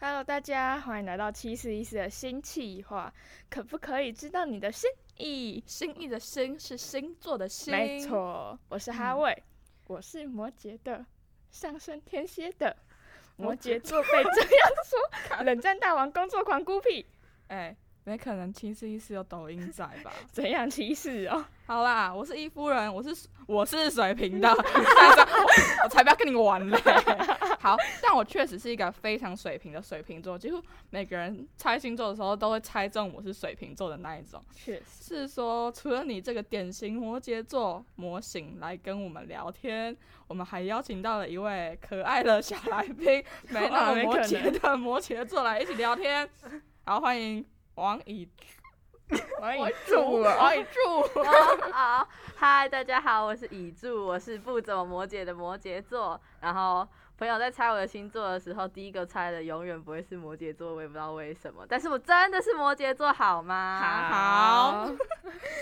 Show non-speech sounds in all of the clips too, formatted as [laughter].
Hello，大家欢迎来到七四一四的新计划。可不可以知道你的心意？心意的心是星座的星，没。错，我是哈维，我是摩羯的，上升天蝎的。摩摩羯羯座被这样说，冷战大王，工作狂，孤僻，哎、没可能七四一四有抖音仔吧？ [laughs] 怎样歧视哦？好啦，我是伊夫人，我是我是水瓶 [laughs] 的，我才不要跟你玩嘞。好，但我确实是一个非常水瓶的水瓶座，几乎每个人猜星座的时候都会猜中我是水瓶座的那一种。确实，是说，除了你这个典型摩羯座模型来跟我们聊天，我们还邀请到了一位可爱的小来宾，没那么摩羯的 [laughs] 摩羯座来一起聊天。好，欢迎王以王以王以柱王哦，以柱。 [laughs] 好，嗨，大家好，我是乙柱，我是不怎么摩羯的摩羯座。然后朋友在猜我的星座的时候，第一个猜的永远不会是摩羯座，我也不知道为什么。但是我真的是摩羯座，好吗？好，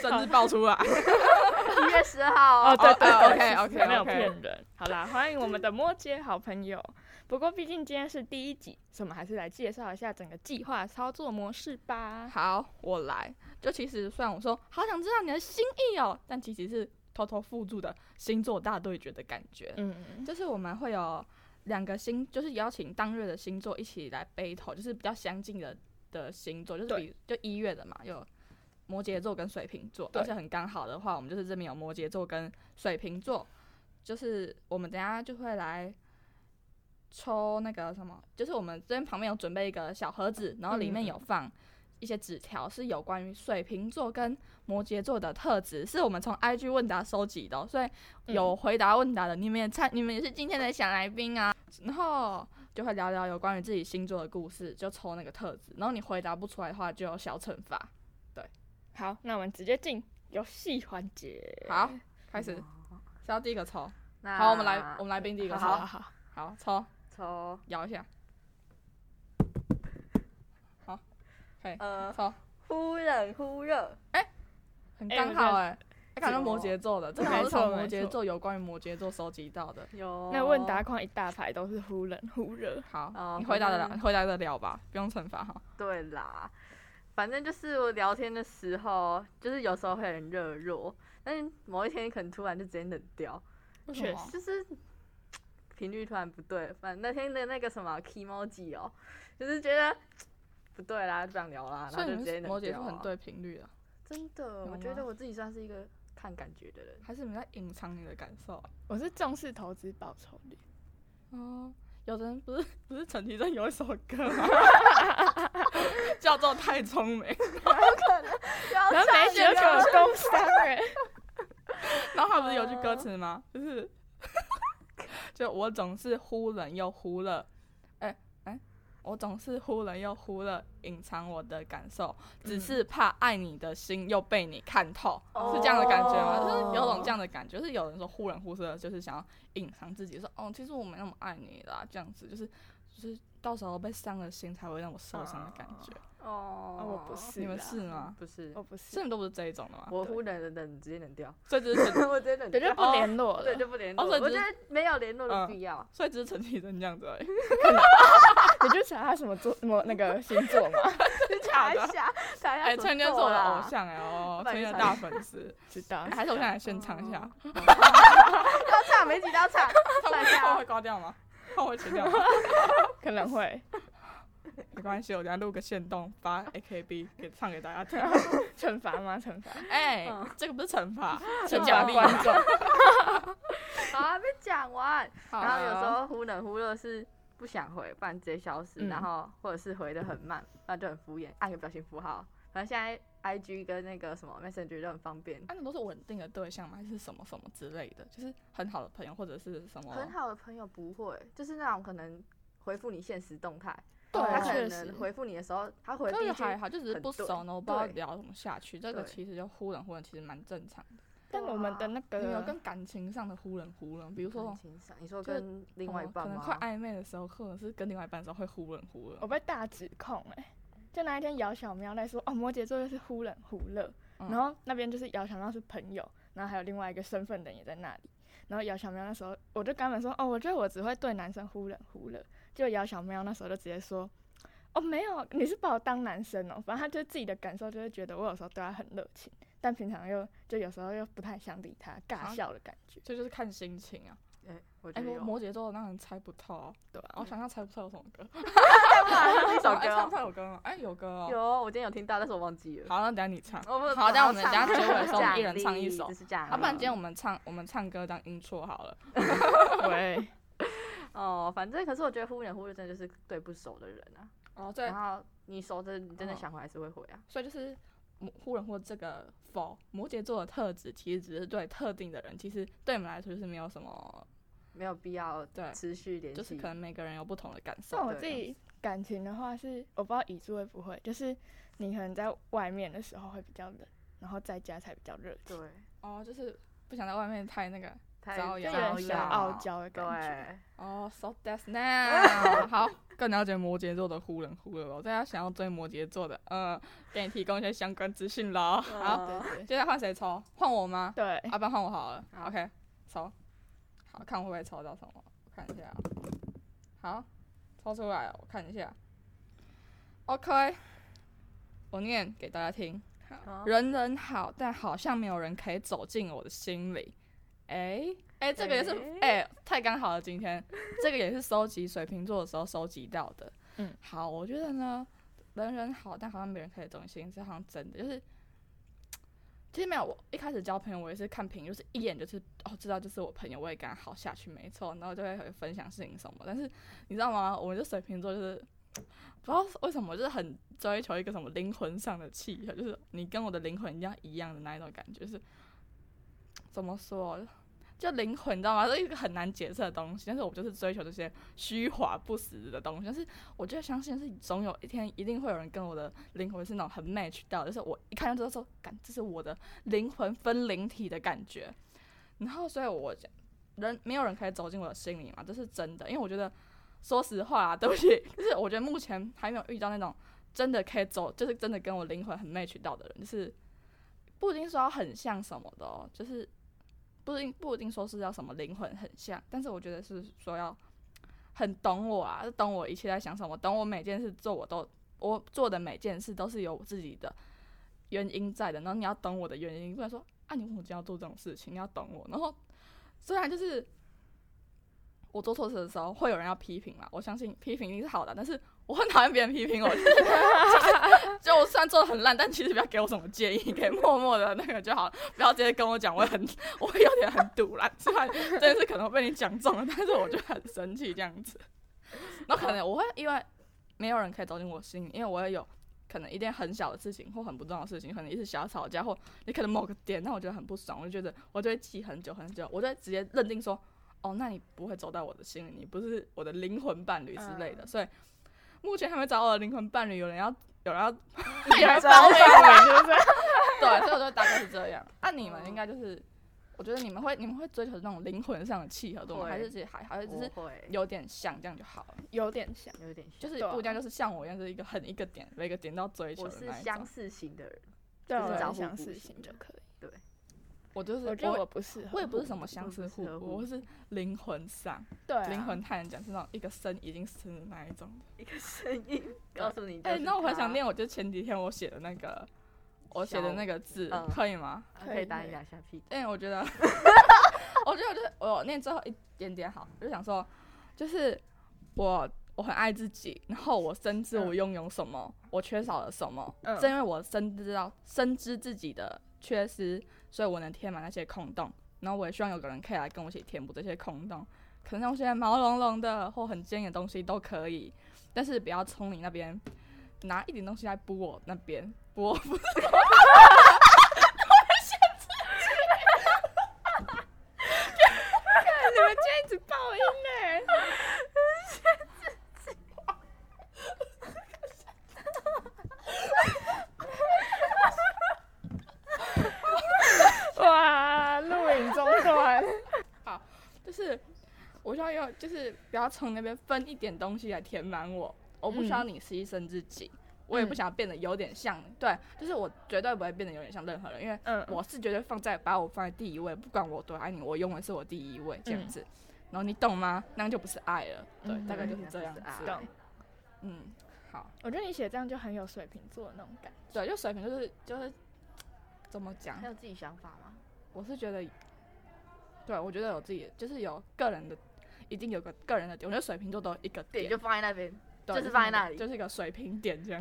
甚至爆出来。一月十号哦，对对哦对 OK，OK，没有 OK 骗人。好啦，欢迎我们的摩羯好朋友。不过毕竟今天是第一集，所以我们还是来介绍一下整个计划操作模式吧。好，我来。就其实虽然我说好想知道你的心意哦，但其实是偷偷附注的星座大对决的感觉。嗯，就是我们会有两个星，就是邀请当月的星座一起来 battle，就是比较相近的的星座，就是对比就一月的嘛，有摩羯座跟水瓶座，对而且很刚好的话，我们就是这边有摩羯座跟水瓶座，就是我们等一下就会来。抽那个什么，就是我们这边旁边有准备一个小盒子，然后里嗯面嗯嗯有放一些纸条，是有关于水瓶座跟摩羯座的特质，是我们从 IG 问答收集的哦、所以嗯有回答问答的，你们也参，你们也是今天的小来宾啊。然后就会聊聊有关于自己星座的故事，就抽那个特质，然后你回答不出来的话就有小惩罚。好，那我们直接进游戏环节。好，开嗯始，是要第一个抽。那好，我们来，我们来宾第一个抽。好好好好，抽，抽摇一下，呃，抽，忽冷忽热，很哎刚我觉好得哎、欸，感觉摩羯座的，这个没好像是错从没摩羯错座有关于摩羯座收集到的。有那问答框一大排都是忽冷忽热。好，哦你回答得好了，吧你回答得了吧？不用惩罚哈。对啦，反正就是我聊天的时候，就是有时候会很热络，但是某一天你可能突然就直接冷掉。为什么确就是频率突然不对，反正那天的那个什么 emoji 哦，就是觉得不对啦，不想聊啦，然哦所后以就你直接们冷摩羯掉、座啊。很，对频率的，真的，吗我觉得我自己算是一个看感觉的 [laughs] 人。还是你们在隐藏你的感受啊？我是重视投资报酬率，哦，有的人不是 [laughs] 不是陈绮贞有一首歌吗？叫做《太聪明》，然后没九九工伤人。 [laughs] 然后他不是有句歌词吗？嗯就是 [laughs] 就我总是忽冷又忽热，哎、哎、我总是忽冷又忽热，隐藏我的感受，嗯只是怕爱你的心又被你看透，哦是这样的感觉吗？就是有种这样的感觉，就是有人说忽冷忽热，就是想要隐藏自己，说哦，其实我没那么爱你啦，这样子就是就是到时候被伤了心才会让我受伤的感觉。哦哦，我不，是，你们是，哦吗？不是，我不所以是，你们都不是这一种的吗？我忽冷冷冷直接冷 [laughs] 掉，所以只是陈，我直接冷对，就掉。不联络对，了。就不联络。哦所以我只觉是嗯得没有联络的必要。 [laughs] 所以只是陈绮贞这样子而已。你就查他什么座，什么那个星座嘛，查一下，查一下。哎，陈真是我的偶，像哎、哦，啊不陈然真就的大唱粉 [laughs] 丝，知道哎？还是我现在来现唱一下哦，要唱没几道唱， [laughs] 他们唱一他下们哦会。挂掉吗？ [laughs] 他们会切掉 [laughs] 吗？可能会没关系，我等下录个线动发 AKB 给唱给大家 [laughs] 听。惩罚吗？惩罚，哎、嗯这个不是惩 [laughs] 罚，是惩奖罚励。观众。好，啊还没讲完。好然后有时候忽冷忽热是不想回，不然直接消失，嗯然后或者是回的很慢，不然就很敷衍，按个表情符号。反正现在 I G 跟那个什么 Messenger 都很方便，啊，你都是稳定的对象吗？还是什么什么之类的？就是很好的朋友，或者是什么？很好的朋友不会，就是那种可能回复你现实动态，对他啊可确能实。回复你的时候，他回可第一是句还好，就只是很不熟，对然后不知道对聊怎么下去。这个对其实就忽冷忽冷，其实蛮正常的。但我们的那你们有个跟感情上的忽冷忽冷，比如说很欣赏。你说就是跟另外一哦半可能吗？哦快暧昧的时候，或者是跟另外一半的时候会忽冷忽热我。被大指控哎、就那一天姚小喵在说哦摩羯座就是忽冷忽热，嗯然后那边就是姚小喵是朋友，然后还有另外一个身份的人也在那里，然后姚小喵那时候我就跟他们说哦我觉得我只会对男生忽冷忽热，就姚小喵那时候就直接说哦，没有，你是把我当男生哦。反正他就自己的感受，就是觉得我有时候对他很热情，但平常又就有时候又不太想理他，尬啊笑的感 [laughs] 觉。这就是看心情啊。哎、我觉哎、得有。摩摩羯座的让人猜不透啊，对啊我想想猜不透有什么歌， [laughs] 一首哎歌唱不哦、透有歌吗？哎、有歌哦。有，嗯我今天有听到，但是我忘记了。好，那等一下你唱。我不好但我们唱等下这结尾的时候是一人奖唱一励首这是奖要、啊不然励今天我们唱我们唱歌当音错好了。喂，哦，反正可是我觉得忽远忽略真的就是对不熟的人啊。哦，对然，后你熟的，你真的嗯想回还是会回啊。所以就是摩忽然或这个否摩羯座的特质，其实只是对特定的人，其实对我们来说就是没有什么，没有必要对持续联系，就是可能每个人有不同的感受像。我对自己感情的话是，我不知道乙柱会不会，就是你可能在外面的时候会比较冷，然后在家才比较热情，对，哦，就是不想在外面太那个。太招就摇有点小摇傲，娇的感觉。对，哦、s o that's [laughs] now 。好，更了解摩羯座的忽冷忽热喽。大家想要追摩羯座的，呃，给你提供一些相关资讯喽。好，嗯对对 [laughs] 接下来换谁抽？换我吗？啊对，要、不然换我好了。好 OK，抽。好看我会不会抽到什么？我看一下哦、好，抽出来了，我看一下。OK，我念给大家听。好人人好，但好像没有人可以走进我的心里。哎、哎、这个也是哎、太刚好了，今天这个也是收集水瓶座的时候收集到的。嗯，好，我觉得呢，人人好，但好像没人可以走进心里，这好像真的就是。其实没有，我一开始交朋友，我也是看评，就是一眼就是哦，知道就是我朋友，我也跟他好下去，没错，然后就会分享事情什么。但是你知道吗？我就水瓶座就是不知道为什么，就是很追求一个什么灵魂上的契合，就是你跟我的灵魂一样一样的那一种感觉，就是怎么说，就灵魂，你知道吗？是一个很难解释的东西。但是我就是追求这些虚华不实的东西，但是我就相信是总有一天一定会有人跟我的灵魂是那种很 match 到的，就是我一看到就说，感这是我的灵魂分灵体的感觉。然后，所以我人没有人可以走进我的心里嘛，这是真的，因为我觉得。说实话、啊， [laughs] 对不起，就是我觉得目前还没有遇到那种真的可以走，就是真的跟我灵魂很 match 到的人，就是不一定说要很像什么的哦，就是不一定不一定说是要什么灵魂很像，但是我觉得是说要很懂我啊，懂我一切在想什么，懂我每件事做我都我做的每件事都是有我自己的原因在的，然后你要懂我的原因，不能说啊你为什么今天要做这种事情，你要懂我，然后虽然就是。我做错事的时候，会有人要批评嘛？我相信批评一定是好的，但是我很讨厌别人批评我，就是就我虽然做的很烂，但其实不要给我什么建议，可以默默的那个就好，不要直接跟我讲，我很我会有点很堵啦，虽然真的是可能被你讲中了，但是我就很生气这样子。那可能我会因为没有人可以走进我心里，因为我也有可能一件很小的事情或很不重要的事情，可能一次小吵架或你可能某个点让我觉得很不爽，我就觉得我就会记很久很久，我就会直接认定说，哦，那你不会走到我的心里，你不是我的灵魂伴侣之类的，所以。目前还没找到我的灵魂伴侣，有人要 [laughs] 有人 [laughs] 要有人招帮我，对对对，所以我就大概是这样。 [laughs] 嗯那、你们应该就是，我觉得你们会你们会追求那种灵魂上的契合度吗？会还是其实还还是只是我会有点像这样就好了？有点像。有点像，就是对啊不一样，就是像我一样，就是一个很一个点，每个点都要追求我的是那一相种。似型的人，对，就是我找有互相补似型型就的可以。我就是我觉得我我不适合，我也不是什么相似互我不是补，我是灵魂上对啊灵魂太难讲，是那种一个生已经生的那一种。一个声音告诉你。哎、那我很想，念，我就前几天我写的那个我写的那个字嗯，可以吗？啊可以打你两下屁股。哎、我觉得， [laughs] 我觉得我就是我念最后一点点好，我就想说，就是我我很爱自己，然后我深知我拥有什么，我缺少了什么，嗯正因为我深知到深知自己的缺失，所以我能填满那些空洞，然后我也希望有个人可以来跟我一起填补这些空洞，可能用些毛茸茸的或很尖的东西都可以，但是不要从你那边拿一点东西来补我那边补我你们今天一直爆音呢？ [laughs] 哇，录影中断。就是我需要有，就是不要从那边分一点东西来填满我，我不需要你牺牲自己，嗯我也不想变得有点像，对，就是我绝对不会变得有点像任何人，因为嗯，我是绝对放在把我放在第一位，不管我多爱你，我永远是我第一位这样子。然后你懂吗？那样就不是爱了，对，嗯大概对就是这样子。啊那不是爱懂。嗯，好，好。我觉得你写这样就很有水瓶座的那种感觉。对，就水瓶就是就是怎么讲还，有自己想法吗？我是觉得，对我觉得有自己的就是有个人的，一定有个个人的点。我觉得水瓶座都有一个点点，就放在那边，对就是放在那一个里就是一个水平点这样。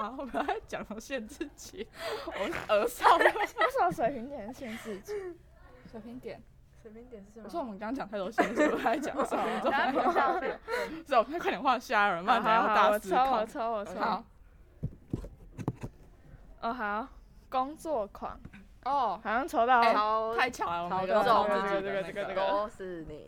好，我不要讲到限制级，我耳上为什么水瓶点限制级？水平点。随便点是什我说我们刚刚讲太多限制，我在讲水瓶座。然后不浪费，是我快点画虾人，不然等好好下要好大我思抽考我。抽我抽。好哦好，工作狂，哦，好像抽到。哎哎、超太巧了，我们超有自重己这的个那这 [laughs] 个这个都是你，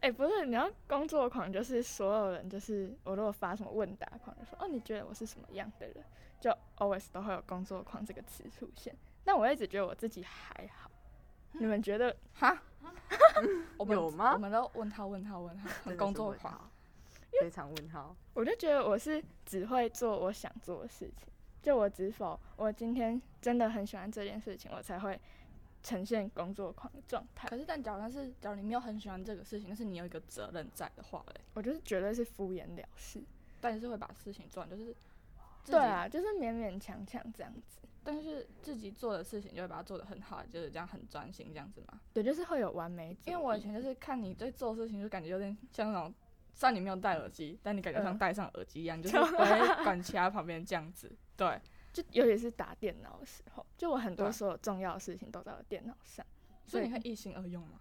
哎不是，你要工作狂就是所有人，就是我如果发什么问答狂，就说哦你觉得我是什么样的人，就 always 都会有工作狂这个词出现。但我一直觉得我自己还好，你们觉得哈，我们有吗我们都问号问号问号，真的很是工作问狂。号，非常问号。我就觉得我是只会做我想做的事情，就我只否我今天真的很喜欢这件事情，我才会呈现工作狂的状态。可是，但假如他是，假如你没有很喜欢这个事情，但是你有一个责任在的话，嘞，我就是绝对是敷衍了事。但是会把事情做完，就是自己对，啊，就是勉勉强强这样子。但是自己做的事情就会把它做得很好，就是这样很专心这样子嘛。对，就是会有完美主义。因为我以前就是看你在做事情，就感觉有点像那种，虽然你没有戴耳机，但你感觉像嗯戴上耳机 [laughs] 一样，就是不会管其他旁边这样子。对，就尤其是打电脑的时候，就我很对多所有重要的事情都在我电脑上，所以你会一心二用嘛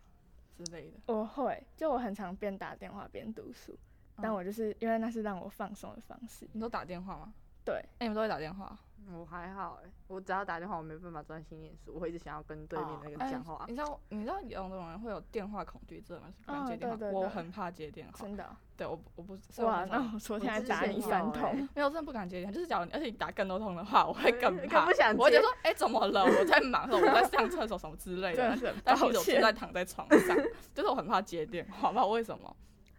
之类的。我会就我很常边打电话边读书，但嗯我就是因为那是让我放松的方式。你都打电话吗？对，啊哎、你们都会打电话？我还好哎、我只要打电话，我没办法专心念书，我会一直想要跟对面那个哎讲话。 [laughs] 你知道你知道有种人会有电话恐惧症吗？是不敢哦接电话，对对我对很怕接电话。真的哦、对，我不我不是哇，我那我昨天还之打前你有三欸通。 [laughs] 没有真的不敢接电话，就是假如你而且你打更多通的话，我会更更怕，不想哎我就接说哎、怎么了？我在忙，或者我在上厕所什么之类真的的。是很啊 [laughs] 但是抱我就歉。在躺在床上，就是我很怕接电话，不知道为什么，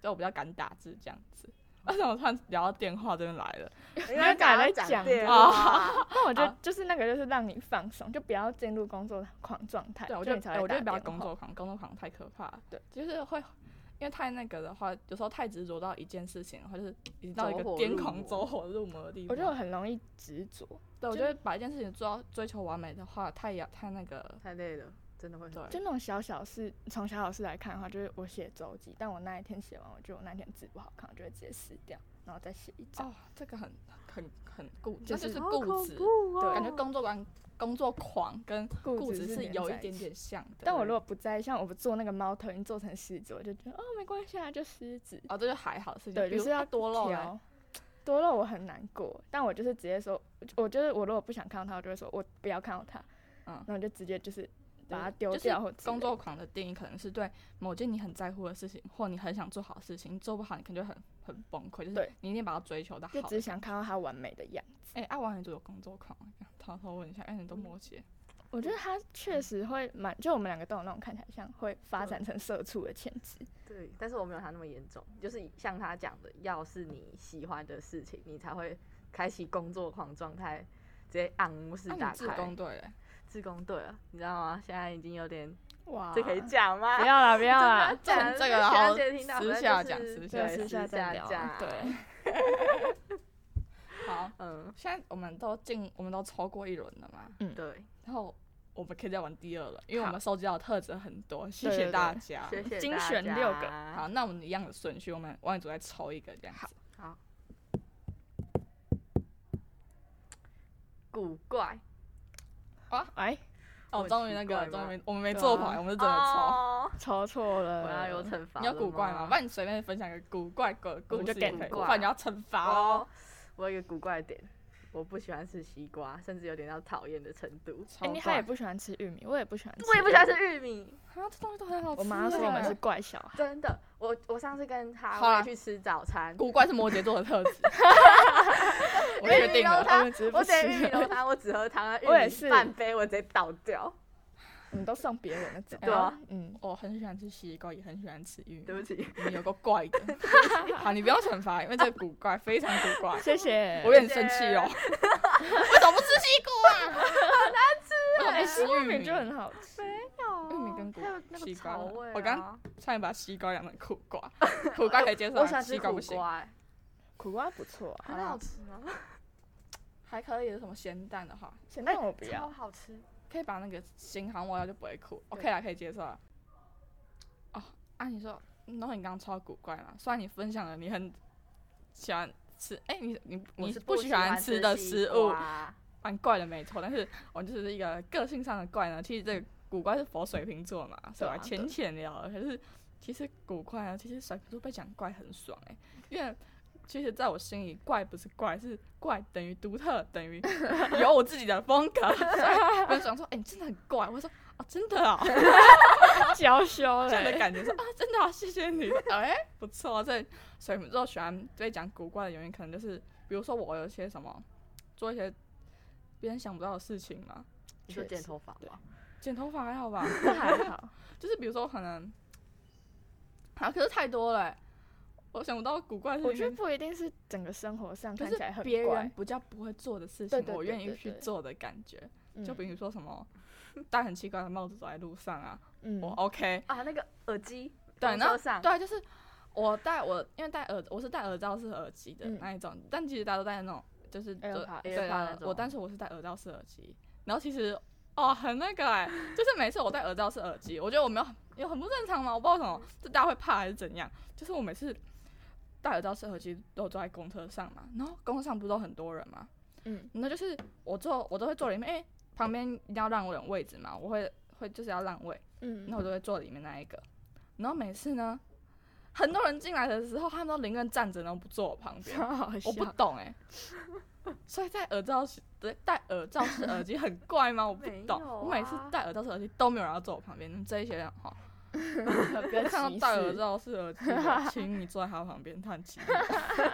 所以我比较敢打字这样子。为什么突然聊到电话这边来了？因为刚刚刚才讲讲电电 [laughs] 话，那我觉好得就是那个，就是让你放松，就不要进入工作狂状态。对，我就就你才哎会我就打比较电工话。作狂，工作狂太可怕了。对，就是会因为太那个的话，有时候太执着到一件事情的话，就是已经到一走个火癫入狂、魔走火入魔的地步。我觉得我很容易执着，对，我就觉得把一件事情做到追求完美的话，太也太那个了。太累了，真的会很对，就那种小小事，从小小事来看的话，就是我写周记，但我那一天写完，我觉得我那天字不好看，我就会直接撕掉，然后再写一张。哦，这个很很很固，就那就是是好固恐执，怖哦对感觉工作狂、工作狂跟固执是连有一在点起点像的。但我如果不在意，像我不做那个猫头鹰做成狮子，我就觉得哦没关系啊，就狮子。哦，这就还好的事情，对，比就如啊是要多肉嘞，挑。多肉我很难过，但我就是直接说，我就是我如果不想看到它，我就会说我不要看到它，嗯然后就直接就是把它就丢是掉或之类工的作狂的定义可能是对某件你很在乎的事情，或你很想做好的事情，你做不好，你可能就很很崩溃，就是对你一定把它追求到好就的。只想看到它完美的样子。哎，阿王你就有工作狂，偷偷问一下，哎，你都摩羯，我嗯觉得它确实会蛮，就我们两个都有那种看起来像会发嗯展成社畜的潜质。对，但是我没有他那么严重，就是像他讲的，要是你喜欢的事情，你才会开启工作狂状态，直接按模式那打啊你自开。工对啊嘞？自工对了，你知道吗？现在已经有点，哇，这可以讲吗？不要啦，不 [laughs] 要啦，这 [laughs] 讲啊这个然后私下讲私下对，私私下再聊啊。讲，对， [laughs] 好，嗯，现在我们都进，我们都抽过一轮了嘛，对，然后我们可以再玩第二轮，因为我好们收集到的特质很多，谢对谢对大对家。谢谢精大选六个家好，那我们一样的顺序，我们王宇组再抽一个这样子。好，古怪，哎，哦，我终于奇那怪个，吗终于我们没对做啊牌，我们是真的抽。哦抽错了，我要有惩罚了吗。你有古怪吗？不然你随便分享一个古怪的故我事就也给可以，你不然你要惩罚哦。我有一个古怪的点，我不喜欢吃西瓜，甚至有点到讨厌的程度。哎，超你怪他也不喜欢吃玉米，我也不喜欢，我也不喜欢。吃玉米，啊，这东西都很好吃。我妈说我们是哎怪 [laughs] 小孩，真的。我我上次跟他好啦我也去吃早餐，古怪是摩羯座的特 [laughs] 质，我确定因为了你。他们只是不我点玉米吃，浓汤，我只喝汤，啊玉我也米是半杯我直接倒掉。我们都送别 [laughs] 人那种。对啊，嗯，我哦很喜欢吃西瓜，也很喜欢吃玉对不米。起，你有个怪的， [laughs] 好，你不要惩罚，因为这个古怪非常古怪。谢谢 [laughs] [laughs] 我。有点生气哦，为什么不吃西瓜？啊哎，难吃啊西我瓜想吃玉米米就很好吃，玉米跟古还有那西个瓜草呢味 [laughs] 啊。我刚差点把西瓜养成苦瓜，苦瓜可以接受我喜啊，欢西吃瓜苦不行。瓜，哎苦瓜不错啊，好啦吃吗？还可以，有什么咸蛋的话，咸蛋我不要超，好吃。可以把那个心含我要就不会哭。对 OK 啦，可以接受啦。哦，啊，你说，然后你刚刚超古怪嘛？啊虽然你分享了你很喜欢吃，哎、你你我你是不喜喜欢吃吃的西食物，瓜蛮怪的没错，但是我就是一个个性上的怪呢。其实这个古怪是佛水瓶座嘛，所以对啊我浅浅聊了。可是其实古怪啊，其实水瓶座被讲怪很爽哎、因为其实在我心里，怪不是怪，是怪等于独特，[laughs] 等于有我自己的风格。所以我就想说，哎、你真的很怪。我说啊，真 [laughs] 的啊、娇羞这样的嘞，感觉说啊，真的、啊，谢谢你。 [laughs] 哎、不错，所以水瓶座喜欢最讲古怪的原因，可能就是比如说我有一些什么做一些别人想不到的事情嘛，你说确剪实头发吗？剪头发还好吧， [laughs] [laughs] 这还好，就是比如说可能，啊，可是太多了欸、我想不到古怪的我事觉得情。不一定是整个生活上就看是起来很别人怪，比较不会做的事对情，对我对愿对意去对做的感觉，就嗯比如说什么戴很奇怪的帽子走在路上啊，嗯我 OK，啊，那个耳机，对，公车然后上对，啊就是我戴我因为戴耳我是戴耳罩式耳机的嗯那一种，但其实大家都戴那种就是就 AirPod 对 AirPod 那啊，种我但是我是戴耳罩式耳机，然后其实哦很那个哎、就是每次我戴耳罩式耳机，我觉得我没有有很不正常嘛，我不知道为什么，这大家会怕还是怎样，就是我每次戴耳罩式耳机都坐在公车上嘛，然后公车上不是都很多人嘛，嗯，那就是我坐我都会坐里面，因为旁边一定要让我有位置嘛，我会会就是要让位。嗯那我就会坐里面那一个。然后每次呢，很多人进来的时候，他们都宁愿站着，然后不坐我旁边。超好笑我，不懂哎、所以戴耳罩式对戴耳罩式耳机很怪吗？我不没懂。有我每次啊戴耳罩式耳机都没有人要坐我旁边，那这一些人哈，不要看到歧戴耳视罩式耳机的，请你坐在他旁边叹气。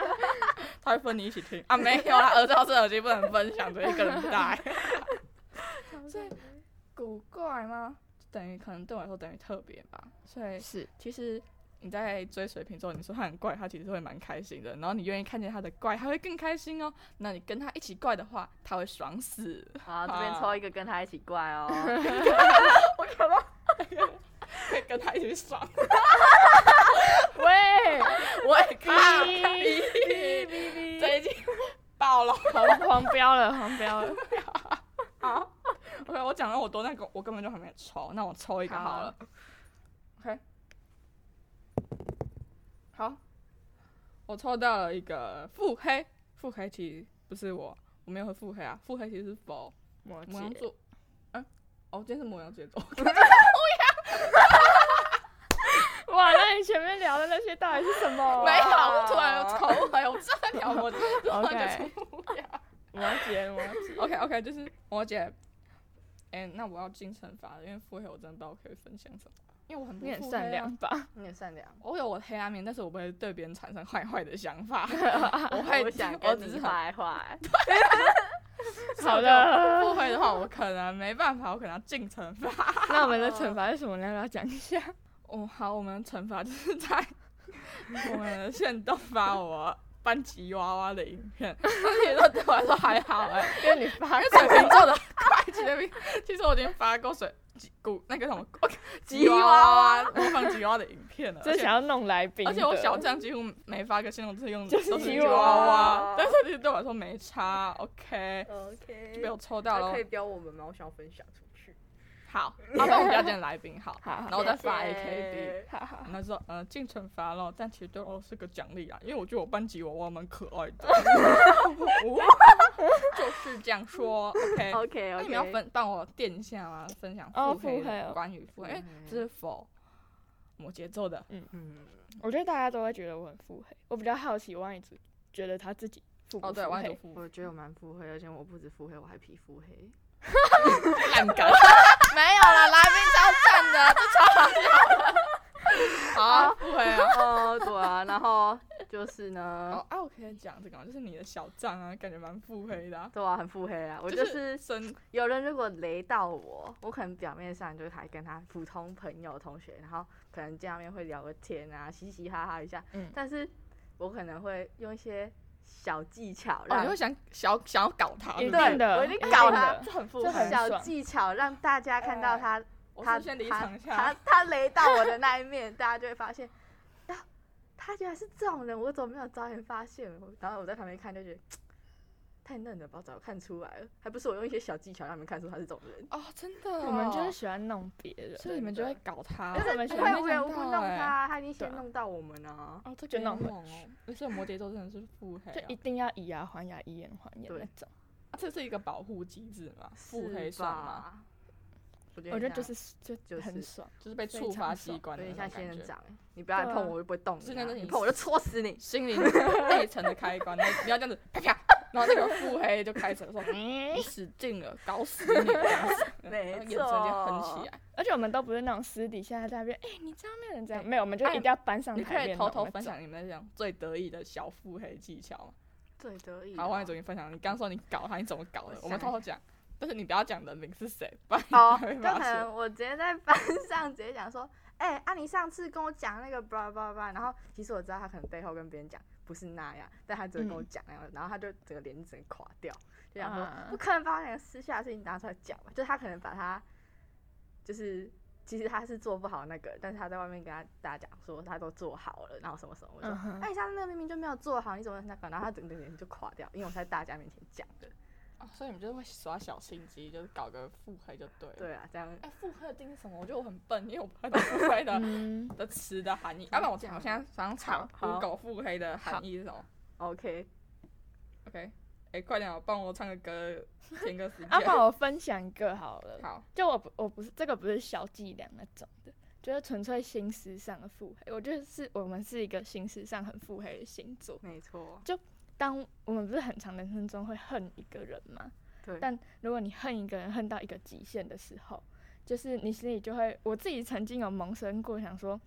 [laughs] 他会分你一起听啊？没有啦，耳罩式耳机不能分享，只有一个人戴。所以古怪吗？等于可能对我来说等于特别吧。所以 [laughs] 是其实你在追水瓶座，你说他很怪，他其实会蛮开心的。然后你愿意看见他的怪，他会更开心哦。那你跟他一起怪的话，他会爽死。 [laughs] 啊，这边啊抽一个跟他一起怪 [laughs] 哦。可以跟他一起爽。 [laughs] 喂，我也可哔以。哔哔 [laughs] 哔，这一集爆了。黄黄标了，黄标 [laughs] 了， OK，我讲了我多那个，我根本就还没抽，那我抽一个好了。OK，好，我抽到了一个腹黑，腹黑其实不是我，我没有喝腹黑啊，腹黑其实是否摩母羊羯，座，嗯、哦，今天是母羊节座，哇，那你前面聊的那些到底是什么啊？ [laughs] 没有，我突然有抽回来，我不知道在聊我，突然就 OK 抽母羊。摩羯，摩羯， OK OK，就是摩羯。哎、那我要精神法了，因为腹黑我真的不知道我可以分享什么，因为我很不你很腹善黑啊良 [laughs] 吧？你很善良，我有我的黑暗面，但是我不会对别人产生坏坏的想法。啊我会，我想我跟只你是很坏坏。好 [laughs] 的，不会的话，我可能没办法，我可能要进惩罚。 [laughs] 那我们的惩罚是什么呢？要不要讲一下？哦，好，我们惩罚就是在我们的线动发我班级娃娃的影片，那个对我来说还好哎、因 [laughs] 为你发因为水瓶座的快奇那边，其实我已经发过水吉古那个什么吉娃娃模仿吉娃娃的影片了，而真且想要弄来宾的，而且我小将几乎每发个新动都是用就是都是吉吉娃娃娃娃，但是其实对我来说没差，OK，被 OK，我抽到了。标我们吗？我想要分享出去。好，麻烦我们要见来宾 [laughs] 好，好好然后我再发谢 AKB。谢好好，那时候呃进惩罚了，但其实对我是个奖励啊，因为我觉得我班级娃娃蛮可爱 [laughs] 的，哦 [laughs] 就是这样说，OK。 OK 那 OK，你们要分帮我垫一下吗？分享哦腹黑腹黑的哦关于腹黑，因为这是否摩羯 [laughs] 座的，嗯，我觉得大家都会觉得我很腹黑，我比较好奇万一子觉得他自己腹不哦腹对，万黑种，腹我觉得我蛮腹黑，而且我不止腹黑，我还皮肤黑。烂梗，没有了，来宾超赞的，这超好笑的。好，腹黑啊。哦，对啊，然后就是呢哦，啊，我可以讲这个吗？就是你的小账啊，感觉蛮腹黑的、啊。对啊，很腹黑啊。我就是生有人如果雷到我，我可能表面上就还跟他普通朋友、同学，然后可能见到面会聊个天啊，嘻嘻哈哈一下。嗯但是我可能会用一些小技巧哦，让你会想想要想要搞他，一对不哦对定的，我一定定搞的他这很腹这黑很。小爽技巧让大家看到他我他是先离他场一他下， [laughs] 他雷到我的那一面，大家就会发现，啊，他居然是这种人，我怎么没有早点发现？我然后我在旁边看就觉得太嫩了吧，早看出来了，还不是我用一些小技巧让他们看出他是这种人。哦，真的哦，我们就是喜欢弄别人，所以你们就会搞他，但是我们哎喜不欢会没无缘无故弄想到哎他，他已经先对啊弄到我们啊。哦，这就个弄弄回猛哦，而且摩羯座真的是腹黑、啊，就一定要以牙还牙，以眼还眼对那种。啊这是一个保护机制嘛，腹是黑算吗？吧？我觉我觉得就很像是就就是很爽， [laughs] 就是被非触发常器爽官有的点那像种仙感人觉，掌哎、你不要来对啊碰我，我就不会动是你、那啊，个你你碰我就戳死你。心灵内层的开关，你要这样子 [laughs] 啪啪，然后那个腹黑就开始了说，嗯，你使劲了，搞死你这样子，没然后眼神就错狠起来，而且我们都不是那种私底下在那边，哎、你知道那人这样？哎没有，我们就哎一定要搬上你可台以面偷弄偷那分种。享你们那种最得意的小腹黑技巧吗？最得意了。好，王宇总，你分享，你刚说你搞他，你怎么搞的我？我们想偷偷讲，但是你不要讲人名是谁，不然 [laughs] 哦，你就 [laughs] 就会可发现。能我直接在班 [laughs] 上直接讲说，哎、啊，你上次跟我讲那个 blah blah blah，然后其实我知道他可能背后跟别人讲不是那样，但他只会跟嗯我讲那样，然后他就整个脸整个垮掉，就想说、啊不可能把我两个私下的事情拿出来讲吧，就他可能把他就是。其实他是做不好那个，但是他在外面跟他大家讲说他都做好了，然后什么什么，我说，嗯哼那、你上次那个明明就没有做好，你怎么那个？然后他整个脸就垮掉，因为我在大家面前讲的。哦所以你们就是会耍小心机，就是搞个腹黑就对了。对啊，这样哎，腹黑的定义是什么？我觉得我很笨，因为我不太懂腹黑 [laughs] 的嗯，的词的含义。要不然我讲我现在想查“好狗腹黑”的含义是什么 OK。 ？OK，哎，快点哦，帮我唱个歌，填个时间。阿啊宝，我分享一个好了。好，就我不我不是这个不是小伎俩那种的，就是纯粹心思上的腹黑。我觉得是我们是一个心思上很腹黑的星座。没错，当我们不是很长人生中会恨一个人吗？对但如果你恨一个人恨到一个极限的时候，就是你心里就会，我自己曾经有萌生过，想说，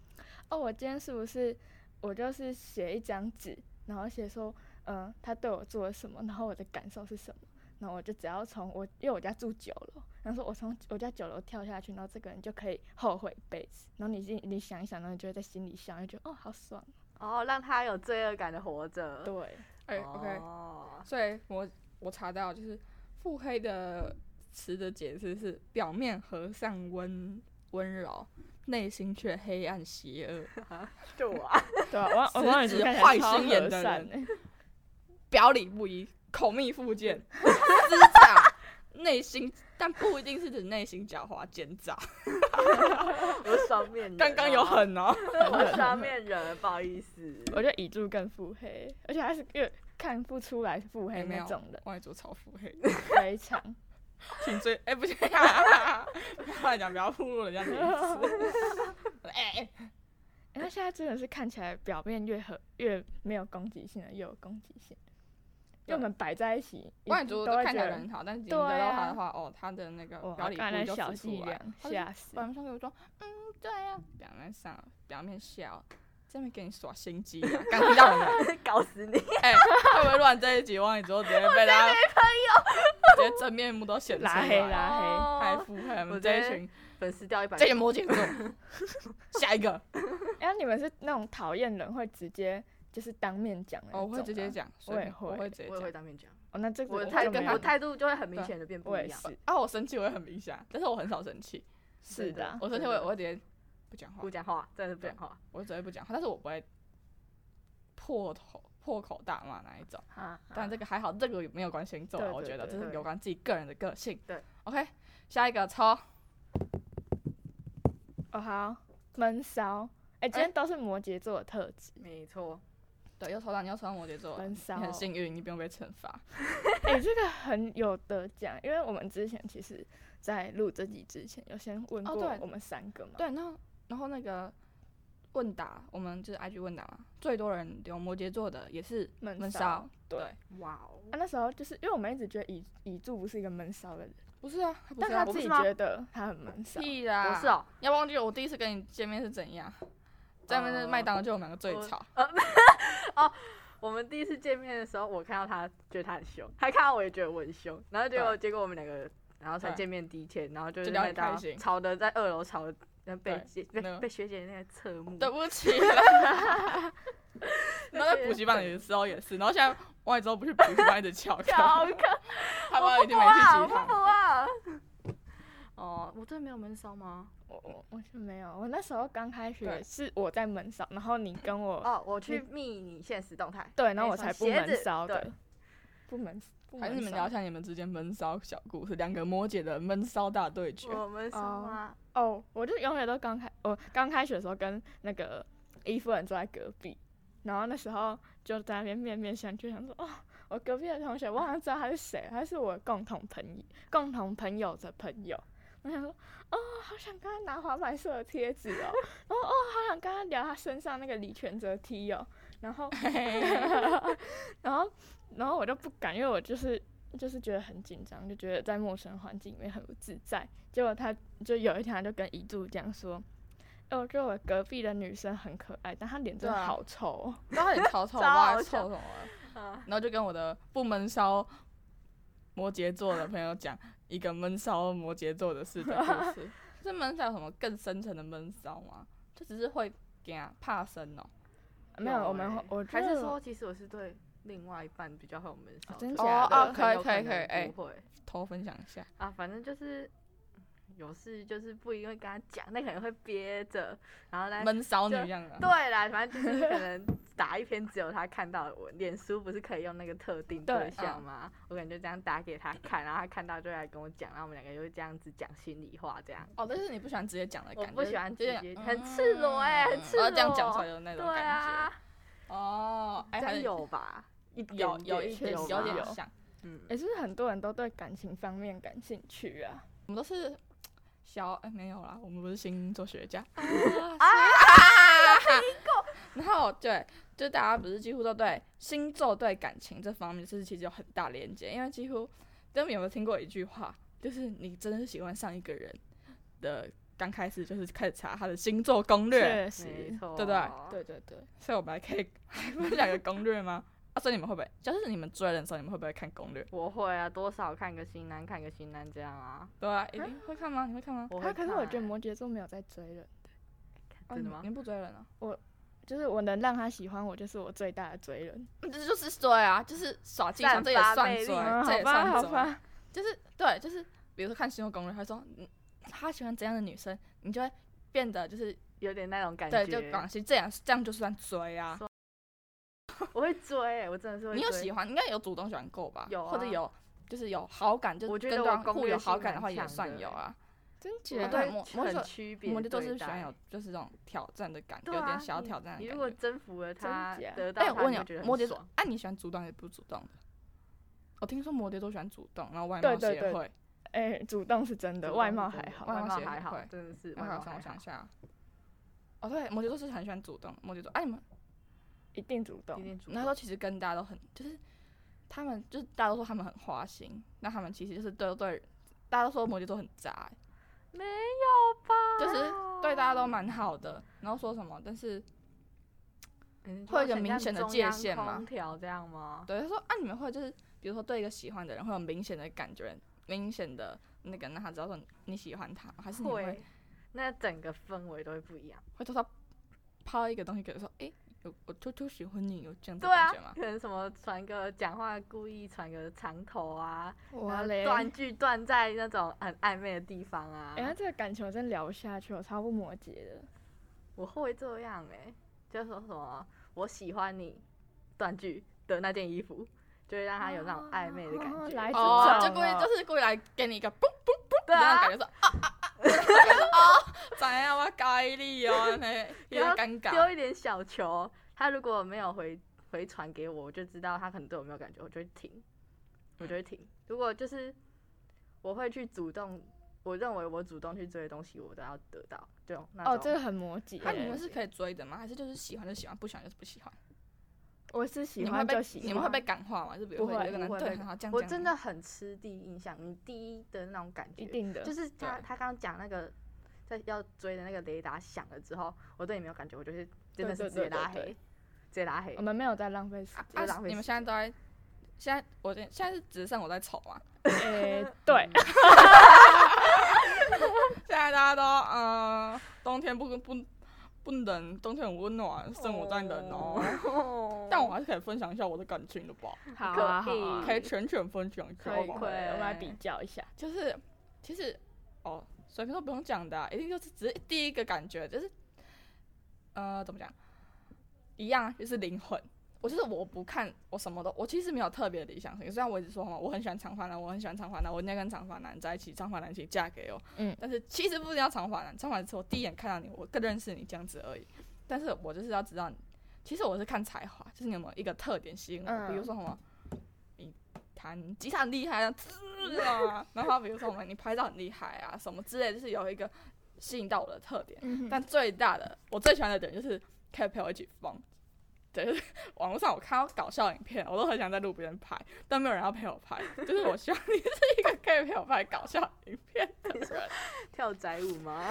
哦，我今天是不是我就是写一张纸，然后写说，嗯、他对我做了什么，然后我的感受是什么，然后我就只要从我因为我家住九楼，然后说我从我家九楼跳下去，然后这个人就可以后悔一辈子，然后你心你想一想，然后你就会在心里笑，就觉得哦好爽，啊哦，让他有罪恶感的活着。对，哎，OK， [laughs] 哦所以我我查到就是腹黑的词的解释是表面和善温温柔，内心却黑暗邪恶。就我啊，对啊，我我忘了辞职看起坏来超心眼和的善人欸表里不一，口蜜腹剑，私长，内心，但不一定是指内心狡猾奸诈。我是双面人啊。刚刚有狠哦，我是双面人，不好意思。我觉得乙柱更腹黑，而且他是越看不出来是腹黑哎有没那有 [laughs] 种的，外族超腹黑，非 [laughs] 常。请追，哎、 [laughs] 不行、啊，不然讲不要侮辱人 [laughs] 家名字。哎、哎他现在真的是看起来表面越和越没有攻击性的，越有攻击性。因为我们摆在一起，外一族都都会看起来觉得人很好，但是你得对啊到他的话，哦，他的那个哇，表刚里才不一那就小浮伎出来俩了。，他就吓死！表面上跟我说，嗯，对啊，表面上表面笑，这边给你耍心机、啊，刚听到了没？ [laughs] 搞死你！哎、 [laughs] 会不会录完这一集，忘记之后直接被大家朋友，直接真面目都显出拉来，黑拉黑，太哦腹黑了！我我们觉这得一群，粉丝掉一百这，群魔镜座，下一个，哎、你们是那种讨厌人会直接就是当面讲的那种、哦我会直接。讲，我也随便会我会直接我也讲。会当面讲。哦，那这个我的就态没度，有我态度就会很明显的变不我一也样。是，啊，我生气我会很明显，啊但是我很少生气，是的啊，我生气我真的我会直接不讲话不，讲话，真的是不讲话。我会直接不讲话，但是我不会破头破口大骂那一种。啊，但这个还好，这个也没有关星座啊，对我对觉得这对是对有关自己个人的个性。对，OK，下一个抽哦好，闷骚。哎、今天都是摩羯座的特质，没错，对，又抽到你又抽到摩羯座了，闷哦你骚。很幸运，你不用被惩罚。哎、这个很有得讲，因为我们之前其实，在录这集之前，有先问哦过对我们三个嘛。对，那然后那个问答，我们就是 IG 问答嘛，最多人留摩羯座的也是闷闷骚骚，对对，哇哦，啊，那时候就是因为我们一直觉得乙乙柱不是一个闷骚的人，不是啊，他不但是啊他自己我不是吗觉得他很闷骚。屁啦，不是，哦，你要忘记我第一次跟你见面是怎样，哦在那个哦麦当劳就我们两个最我吵，我们第一次见面的时候，我看到他觉得他很凶，他看到我也觉得我很凶，然后结果结果我们两个，然后才对见面第一天，然后就就是聊得麦当劳开心吵的在二楼吵的，然后被对姐被那个被学姐那个侧 [laughs] 目，对不 [laughs] 起啦。然后在补习班对的时候也是，然后现在完之后不去补 [laughs] 习班一直翘课，小哥， [laughs] 他妈一定没哇，去我集不服堂。啊！哦，我真的没有闷骚吗？我我我是没有，我那时候刚开学对是我在闷骚，然后你嗯跟我、哦，我去密你现实动态。对，然后哎没我错才不鞋闷子骚的对，不闷不还是闷你们骚聊一下你们之间闷骚小故事，两个摩姐的闷骚大对决。我闷骚吗？哦，我就永远都刚开，我刚开学的时候跟那个伊夫人坐在隔壁，然后那时候就在那边面面相觑，想说哦，我隔壁的同学，我好像知道他是谁，他是我共同朋友，共同朋友的朋友。我想说，哦，好想跟他拿滑板社的贴纸哦，然后哦，好想跟他聊他身上那个李全哲 T 哦，然后， [laughs] 然后，然后我就不敢，因为我就是就是觉得很紧张，就觉得在陌生环境里面很不自在。结果他就有一天他就跟一柱这样说：“哎、我觉得我隔壁的女生很可爱，但她脸真的对啊好丑、哦。然后很吵吵，我不知超道好在笑吵什么了。啊， [laughs] 然后就跟我的不闷骚摩羯座的朋友讲一个闷骚摩羯座的事的故 [laughs] 事。是闷骚有什么更深层的闷骚吗？就只是会怕怕生哦。没有，我们欸我觉还是得说，其实我是对另外一半比较会有闷哦骚的，真假的哦哦可以有可以能可以哎不会偷分享一下，啊，反正就是有事就是不一定会跟他讲，那可能会憋着，然后呢，闷骚女就一样的。对啦，反正就是可能打一篇只有他看到的文，脸书不是可以用那个特定对对嗯象吗？我可能就这样打给他看，然后他看到就来跟我讲，然后我们两个就这样子讲心里话，这样。哦，但是你不喜欢直接讲的感觉，我不喜欢就是嗯直接很赤裸欸很赤哦然后这样裸讲出来的那对种感觉。啊，哦，哎，真还是有吧？一点有有点一点有有吧点有像，嗯，也、是不是很多人都对感情方面感兴趣啊。我们都是小哎没有啦，我们不是星座学家。啊然后对，就大家不是几乎都对星座对感情这方面，就是其实有很大连接，因为几乎你们有没有听过一句话，就是你真的喜欢上一个人的，刚开始就是开始查他的星座攻略，确没实，错，哦对不对对对对，所以我们还可以还分享个攻略吗？啊，所以你们会不会，就是你们追人的时候，你们会不会看攻略？我会啊，多少看个新男，看个新男这样啊。对啊，哦一定会看吗？你会看吗？我他会啊可看是我觉得摩羯座没有在追人，哦真你的吗你不追人啊？就是我能让他喜欢我，就是我最大的追人。这就是追啊，就是耍技巧，散这也发算魅追，力啊这好也吧，算好追。吧，就是对，就是比如说看《星座攻略》，他说嗯他喜欢怎样的女生，你就会变得就是有点那种感觉。对，就广西这样这样就算追啊。我会追、我真的是会追。你有喜欢，应该有主动喜欢够吧？有啊或者有就是有好感，就我觉跟得对我方攻互略有性好感的蛮话也强算的有啊。真我假对的？会摩摩羯很区别对待，我们都是喜欢有就是这种挑战的感，有对啊点小你挑战的你如感果觉。征服了他真假，得到哎，他，我问你你哦会觉得，很摩羯座爽，，哎、你喜欢主动也不主动的？我听说摩羯座喜欢主动，然后外对貌对协对会，哎、主动是真的，外貌还好。外外貌貌协还好会，真的是那外还有貌什么？还我想好一，下啊。哦，对，摩羯座是很喜欢主动。摩羯座，哎、你们一定主动一。定主那时候动。其实跟大家都很，就是他们就是大家都说他们很花心，那他们其实就是对对，大家都说摩羯座很渣、哎没有吧？就是啊对大家都蛮好的，然后说什么，但是嗯会有一个很明像显的中界央限嘛空调这样吗？对他说啊，你们会就是比如说对一个喜欢的人会有明显的感觉，明显的那个让他知道说你你喜欢他，还是你会会，那整个氛围都会不一样。会偷偷抛一个东西给他说，哎、有我偷偷喜欢你，有这样子对的啊感觉吗，？可能什么传个讲话故意传个长头啊，然我后嘞，哎断句断在那种很暧昧的地方啊哎、。那这个感情我真聊不下去，我超不摩羯的。我会这样哎、就说什么我喜欢你断句的那件衣服，就会让他有那种暧昧的感哦觉。来自哦，这种就故意哦就是故意来给你一个嘣对那种啊感，觉说啊啊啊啊，怎样我改你哦， [laughs] 那有点尴啊丢尬。一点小球，他如果没有回回传给我，我就知道他可能对我没有感觉，我就会停，我就会停。如果就是我会去主动，我认为我主动去追的东西，我都要得到这种那种。哦，这个很摩羯。那啊你们是可以追的吗？还是就是喜欢就喜欢，不喜欢就是不喜欢？我是喜你们会欢就被喜欢，你们会被感化吗？就比如不说会有个人不会对被很好，这样我这样真的很吃第一印象，你第一的那种感觉，一定的，就是他对他刚刚讲那个在要追的那个雷达响了之后，我对你没有感觉，我就是真的对是对直接对对拉对哦黑，直接拉黑我。们没有在浪费时 [laughs] 间。啊就是浪费你们时现在都在，现在我现在是只剩我在啊丑嘛？哎、对，嗯 [laughs] 现在大家都呃，冬天不不不冷，冬天很温暖，剩我在冷哦。哦但我还是可以分享一下我的感情的吧，好可啊，好以啊可以全全分享一下可以，可以，吧。我们来比较一下。就是其实哦，水瓶座不用讲的啊、一定就是只是第一个感觉就是，呃，怎么讲，一样啊就是灵魂。我就是我不看我什么都，我其实没有特别理想型。虽然我一直说嘛，我很喜欢长发男，我很喜欢长发男，我应该跟长发男在一起，长发男请嫁给我。嗯但是其实不一定要长发男，长发男是我第一眼看到你，我更认识你这样子而已。但是我就是要知道你，其实我是看才华，就是你有没有一个特点吸引我，嗯比如说什么，你弹吉他很厉害啊，滋啊， [laughs] 然后比如说我们你拍照很厉害啊，什么之类，就是有一个吸引到我的特点。嗯但最大的，我最喜欢的点就是可以陪我一起疯。对，就是网络上我看到搞笑影片，我都很想在路边拍，但没有人要陪我拍。就是我希望你是一个可以陪我拍搞笑影片的人， [laughs] 跳宅舞 [laughs] 吗？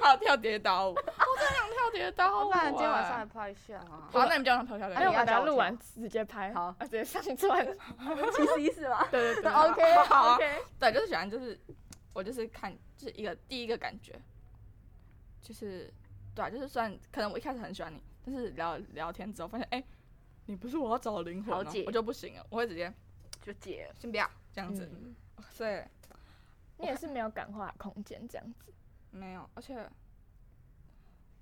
还有跳跌倒舞，我真的想跳跌倒舞、不然今天晚上哎来拍一下啊。好，那你们叫他跳下还有啊 [laughs] 哎我。来们你要等叫下我录跳完直接拍，好啊，直接上传。七十一是吗？ [laughs] 对对对 OK，好 OK，对，就是喜欢，就是我就是看，就是一个第一个感觉，就是对啊，就是虽然可能我一开始很喜欢你，但是聊聊天之后发现，哎、你不是我要找的灵魂、好哦姐，我就不行了，我会直接就姐，先不要这样子，嗯所以你也是没有感化空间这样子。没有，而且。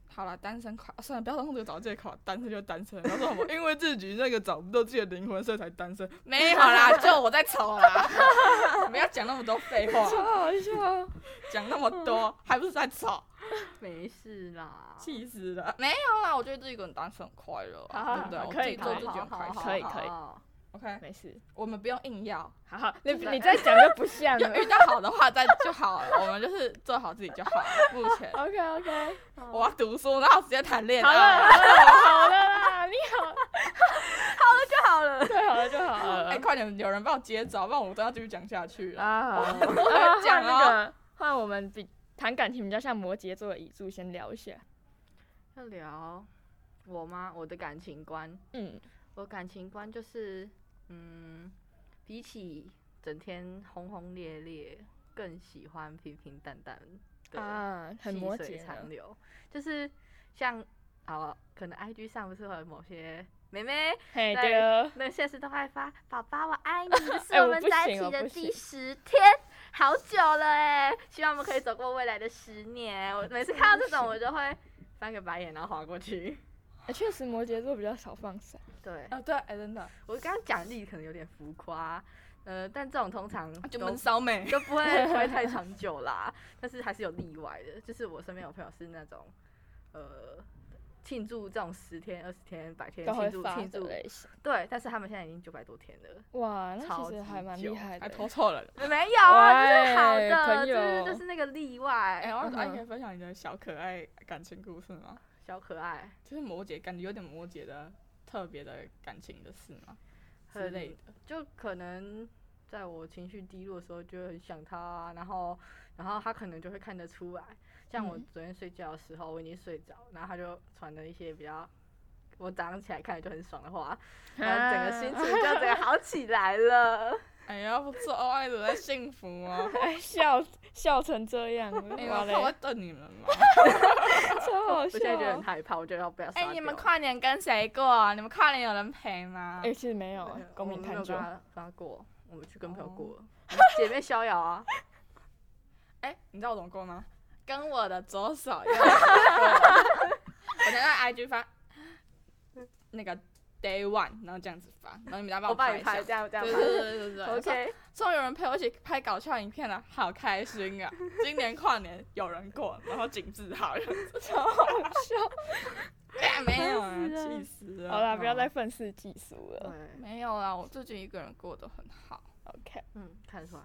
好了，单身快、啊算了，不要用这个找借口啊，单身就单身。他说什么？因为自己那个找不到自己的灵魂，所以才单身。没有 [laughs] 啦，就我在吵啦， [laughs] 不要讲那么多废话，好 [laughs] 笑，讲那么多，还不是在吵。没事 [laughs] 啦。气死了！没有啦，我觉得自己一个人单身很快乐好好啊，对不对？好我可自以己可做以自己很开心。可以可以好 OK，没事，我们不用硬 [laughs] 要，好好，你对你再讲就不像 [laughs] 有了。遇到好的话再就好了。我们就是做好自己就好了。目 [laughs] 前 OK OK，好我要读书，然后直接谈恋好了爱。好了好了啦，你好，就好了。对好了就好了。哎，快点，有人帮我接走，不然我真的要继续讲下去了。啊，好快讲换那哦！个啊换我们比谈感情比较像摩羯座的乙柱先聊一下。 [laughs] 要聊我吗？我的感情观，嗯，我感情观就是，嗯，比起整天轰轰烈烈，更喜欢平平淡淡的。啊，很细摩水羯长呢。流，就是像好，可能 IG 上不是会有某些妹妹嘿，在对哦，那个现实动态发“宝宝我爱你”，这是哎我我们不在行一起我的不行第十天，好久了哎，希望我们可以走过未来的十年。我每次看到这种，我就会翻个白眼，然后划过去。哎确实摩羯座比较少放闪。对啊，对，哎，真的，我刚刚讲例可能有点浮夸，呃，但这种通常啊就都闷骚妹。 [laughs] 都不会不会太长久啦， [laughs] 但是还是有例外的。就是我身边有朋友是那种，呃，庆祝这种十天、二十天、百天都会庆祝发庆的祝，类型。对，但是他们现在已经九百多天了，哇，那超其实级还蛮久厉害还的。投哎错了。没有啊，就是好喂的，朋就是友就是那个例外，哎，我嗯哼哎，你可以分享你的小可爱感情故事吗？小可爱，就是摩羯，感觉有点摩羯的特别的感情的事吗？之很类的。就可能在我情绪低落的时候就会很想他、啊，然后然后他可能就会看得出来。像我嗯昨天睡觉的时候，我已经睡着，然后他就传了一些比较我早上起来看着就很爽的话， [laughs] 然后整个心情就整个好起来了。哎呀，不错，哦，爱的在幸福 [laughs] 哦。哎， [laughs] 笑笑成这样了，哎、哇我嘞看，我瞪你们嘛！超好我现在觉得笑很。害怕，我就要不要 [laughs] 刷哎、掉？你们跨年跟谁过？你们跨年有人陪吗？哎，其实没有对，公民我没探有究 [laughs] 跟。他跟他过，我们去跟朋友哦过了，姐妹逍遥啊，哎、你知道我怎么过吗？跟我的左手右手过。我在 IG 发那个 Day One，然后这样子发，然后你们再帮我帮拍你一下拍，这。样这样对对拍。对对对对对 OK，终于有人陪我一起拍搞笑影片了，好开心啊！今年跨年有人过，然后景致好， [laughs] 超好笑。没有啊，气死了！好啦，不要再愤世嫉俗对了。，没有啦，我最近一个人过得很好。 OK，嗯，看得出来。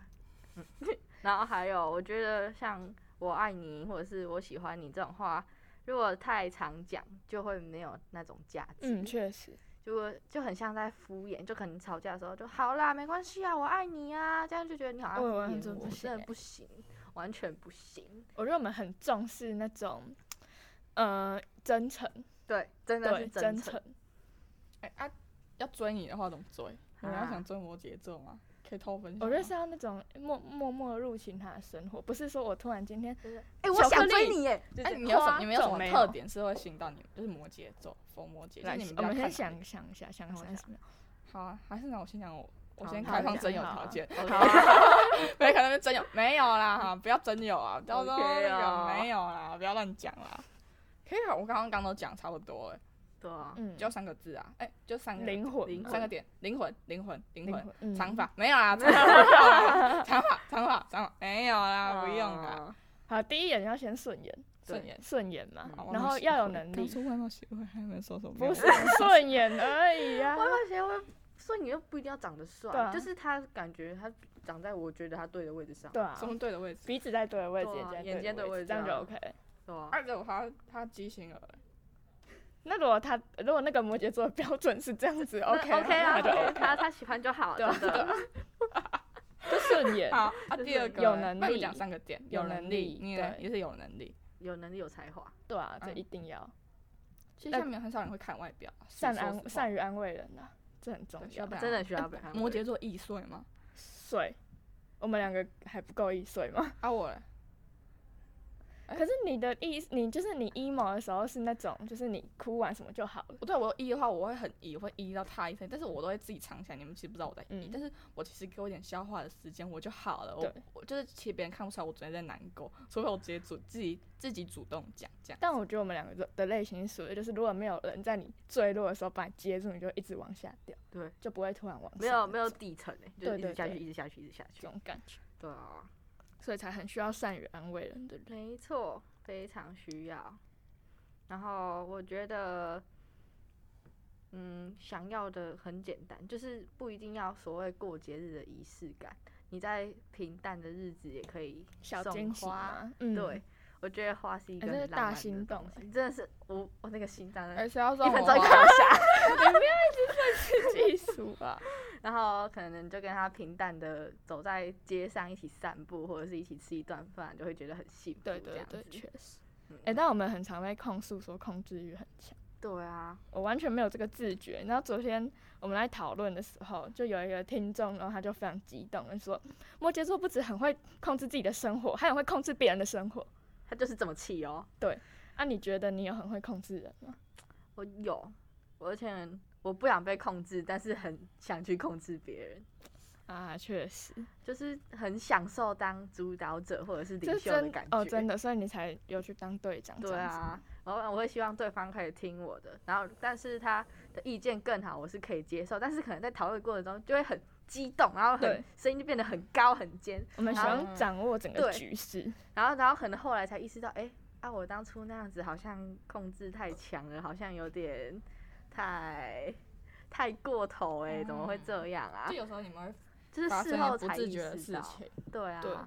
[laughs] 然后还有，我觉得像“我爱你”或者是“我喜欢你”这种话，如果太常讲，就会没有那种价值。嗯，确实。就会就很像在敷衍，就可能吵架的时候就好啦，没关系啊，我爱你啊，这样就觉得你好像敷我衍我，完全不行真的欸不行，完全不行。我觉得我们很重视那种，呃，真诚，对，真的对，是真诚。诚。哎、啊，要追你的话怎么追？你们要啊想追摩羯座吗？可以偷分享吗。我觉得是要那种默默默入侵他的生活，不是说我突然今天哎、我巧克想追力你耶！哎、你有什夸你们有什这种么没特有点是会吸引到你们？就是摩羯座，佛摩羯，就是来啊你们比我较们看先重的。想想一下，想让个我三十秒。好啊，还是那我先讲我啊我好先好开放讲真有 [laughs] 好条件， [laughs] 好，没可能是真有，没有啦哈，不要真有啊，到时候 OK 那啊个没有啦，不要乱讲啦。可以啊，我刚刚刚都讲差不多了，对 [laughs] 啊，嗯，就三个字啊，哎，就三个灵魂嗯灵嘛三个点，灵魂，灵魂，灵魂，嗯长发没有 [laughs] 啦，长发没有啦长发，长发，长发没有啦，不用啦，啊，好，第一眼要先顺眼，对顺眼。顺眼嘛嗯，好然后要有能刚力，说外貌协会还没说什么，不是顺眼而已啊 [laughs] 外。貌协会说你又不一定要长得帅，对啊就是他感觉他长在我觉得他对的位置上，对啊什，么对的位置。鼻子在对的位置，对啊眼睛眼睛在的在对的位位置，置这样就啊 OK。对啊，二者他他畸形儿，那如果他如果那个摩羯座的标准是这样子，OK [laughs] 那 OK 啊那就 OK， OK，他他喜欢就好，对啊真的，就顺眼。好，啊，第二个有嘞能力那你讲三个点，有有能能力力，你也对也是有能力。有能力有才华， [laughs] 对啊，这嗯一定要其实那下面很少人会看外表，善说实安话善于安慰人呐，这很重对要要不。然真的需要被哎安慰摩羯座易碎吗？岁，我们两个还不够一岁吗？啊我嘞，哎可是你的意，你就是你 emo 的时候是那种，就是你哭完什么就好了。不对我易的话，我会很易，我会易到他一身，但是我都会自己藏起来。你们其实不知道我在易，嗯但是我其实给我一点消化的时间，我就好了。我对我就是其实别人看不出来我昨天在难过，除非我直接主自己自己主动讲这样。但我觉得我们两个的的类型是属于，就是如果没有人在你坠落的时候把你接住，你就一直往下掉，对，就不会突然往上没有没有走底层诶，就对是一对直下去，对一直下去，一直下去这，种感觉，对啊，所以才很需要善于安慰人，对不对？没错，非常需要。然后我觉得，嗯，想要的很简单，就是不一定要所谓过节日的仪式感，你在平淡的日子也可以小送惊喜花。嘛，嗯，对，，我觉得花是一哎个这是很大浪漫的心动东西哎真的是我我那个心脏在而且要说哦一分钟一我个下。技术 [laughs] 吧，然后可能就跟他平淡的走在街上一起散步，或者是一起吃一顿饭，就会觉得很幸福。对这对样对，子确实。嗯哎、但我们很常被控诉说控制欲很强，对啊，我完全没有这个自觉。然后昨天我们在讨论的时候，就有一个听众，然后他就非常激动，就说摩羯座不止很会控制自己的生活，还很会控制别人的生活。他就是这么气哦。啊，你觉得你有很会控制人吗？我有，我而且我不想被控制，但是很想去控制别人，啊，确实，就是很享受当主导者或者是这领袖的真感觉。哦，真的，所以你才有去当队长。对啊，，然后我会希望对方可以听我的，然后但是他的意见更好，我是可以接受，但是可能在讨论过程中就会很激动，然后对很声音就变得很高很尖，我们喜欢好掌握整个啊对局势。然后然后可能后来才意识到，哎、啊，我当初那样子好像控制太强了，好像有点太太过头哎、怎么嗯会这样啊？就有时候你们会就是发事生后你不才自意觉的识事到，情。对啊，对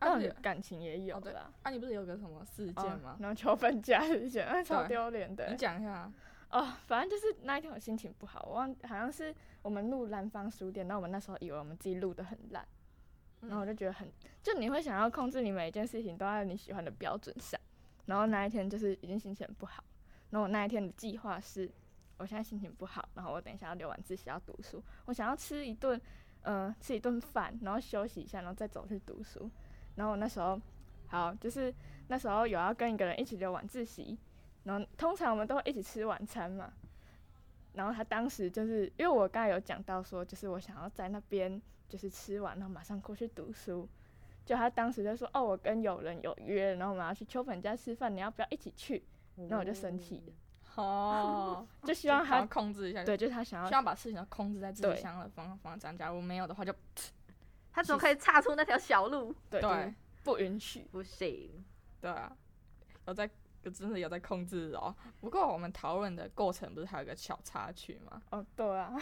那啊你你感情也有哦对啦，啊你不是有个什么事哦件吗？然后求分家事件，哎，超对丢脸的你欸。讲一下啊。哦，反正就是那一天我心情不好，我忘好像是我们录蓝方书店，然后我们那时候以为我们自己录的很烂，然后我就觉得很，就你会想要控制你每一件事情都在你喜欢的标准上，然后那一天就是已经心情很不好，然后我那一天的计划是，我现在心情不好，然后我等一下要留晚自习要读书，我想要吃一顿，呃，吃一顿饭，然后休息一下，然后再走去读书，然后我那时候，好，就是那时候有要跟一个人一起留晚自习，然后通常我们都会一起吃晚餐嘛。然后他当时就是因为我刚才有讲到说，就是我想要在那边就是吃完，然后马上过去读书。就他当时就说：“哦，我跟友人有约，然后我们要去秋粉家吃饭，你要不要一起去那我就生气了 [laughs] 哦，？”就希望想要他控制一下，对，就是他想希要望把事情都控制在自对己想要的方方向。假如没有的话就，他怎么可以岔出那条小路？对，就是不允许。不行，对啊，有在真的有在控制哦。不过我们讨论的过程不是还有一个小插曲吗？哦，对啊，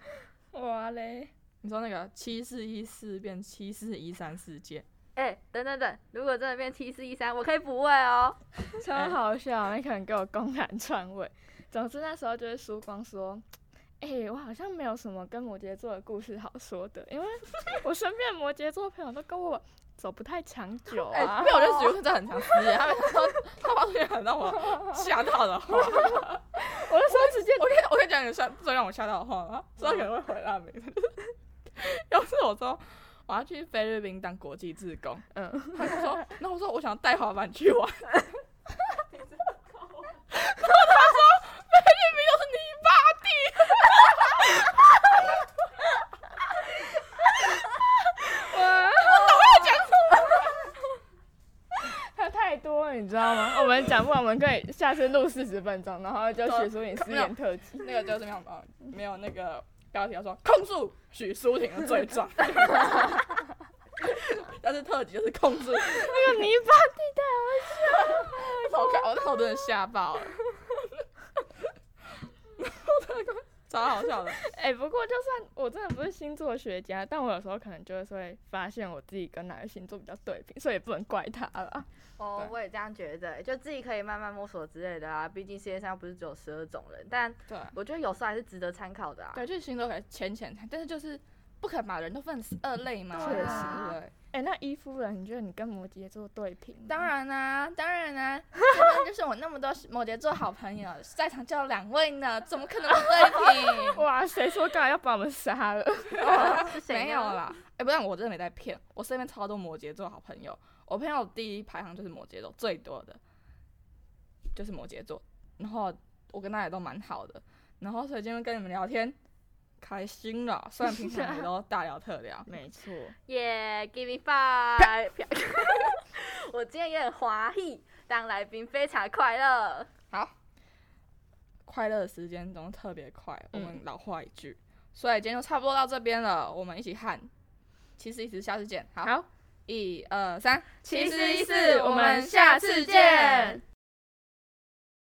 [laughs] 哇嘞，你说那个七四一四变七四一三事件，哎、等等等，如果真的变七四一三，我可以补位哦。哎超好笑，你可能给我公然篡位。 [laughs] 总之那时候就是输光说，哎、我好像没有什么跟摩羯座的故事好说的，因为我身边的摩羯座朋友都跟我走不太长久哎、 [laughs] 啊。没有，我就觉得这很常思言， [laughs] 他们想说他发出很让我吓到的 [laughs] 话，我就说直接，我跟我跟你讲一个吓最让我吓到的话吗？虽然可能会回答没，要是我说我要去菲律宾当国际志工， [laughs] 嗯，他就说， [laughs] 那我说我想带滑板去玩。然后他说，菲律宾都是泥巴地。讲不完，我们可以下次录四十分钟，然后就对许淑颖失没有言特 [laughs] 辑。那个就是没有呃没有那个标题，他说控诉许淑婷的罪状。 [laughs] 但是特辑就是控诉，那个泥巴地带，好看，我那我真的吓爆了， [laughs] 超好笑的。 [laughs] 哎、不过就算我真的不是星座学家，但我有时候可能就是会发现我自己跟哪个星座比较对平，所以也不能怪他了。哦对，我也这样觉得，就自己可以慢慢摸索之类的啊。毕竟世界上不是只有十二种人，但对我觉得有时候还是值得参考的啊。对，就是星座可以浅浅谈，但是就是不可以把人都分成二类嘛。对啊对。哎、那伊夫人，你觉得你跟摩羯座对平吗？当然啦、当然啦、真的就是我那么多摩羯座好朋友，在场就有两位呢，怎么可能不对 [laughs] 平？哇，谁说刚才要把我们杀了？，[laughs] 是谁呢啊没有，啦，哎、不然我真的没在骗，我身边超多摩羯座好朋友，我朋友第一排行就是摩羯座最多的，就是摩羯座，然后我跟他也都蛮好的，然后所以今天跟你们聊天开心了，虽然平常也都大聊特聊 [laughs] 没错，耶、g i v e me five！我今天也很华裔，当来宾非常快乐。好，快乐的时间中特别快，我嗯们老话一句，所以今天就差不多到这边了，我们一起喊，其实一直下次见，好，好一二三，其实一一四四，我们下次见。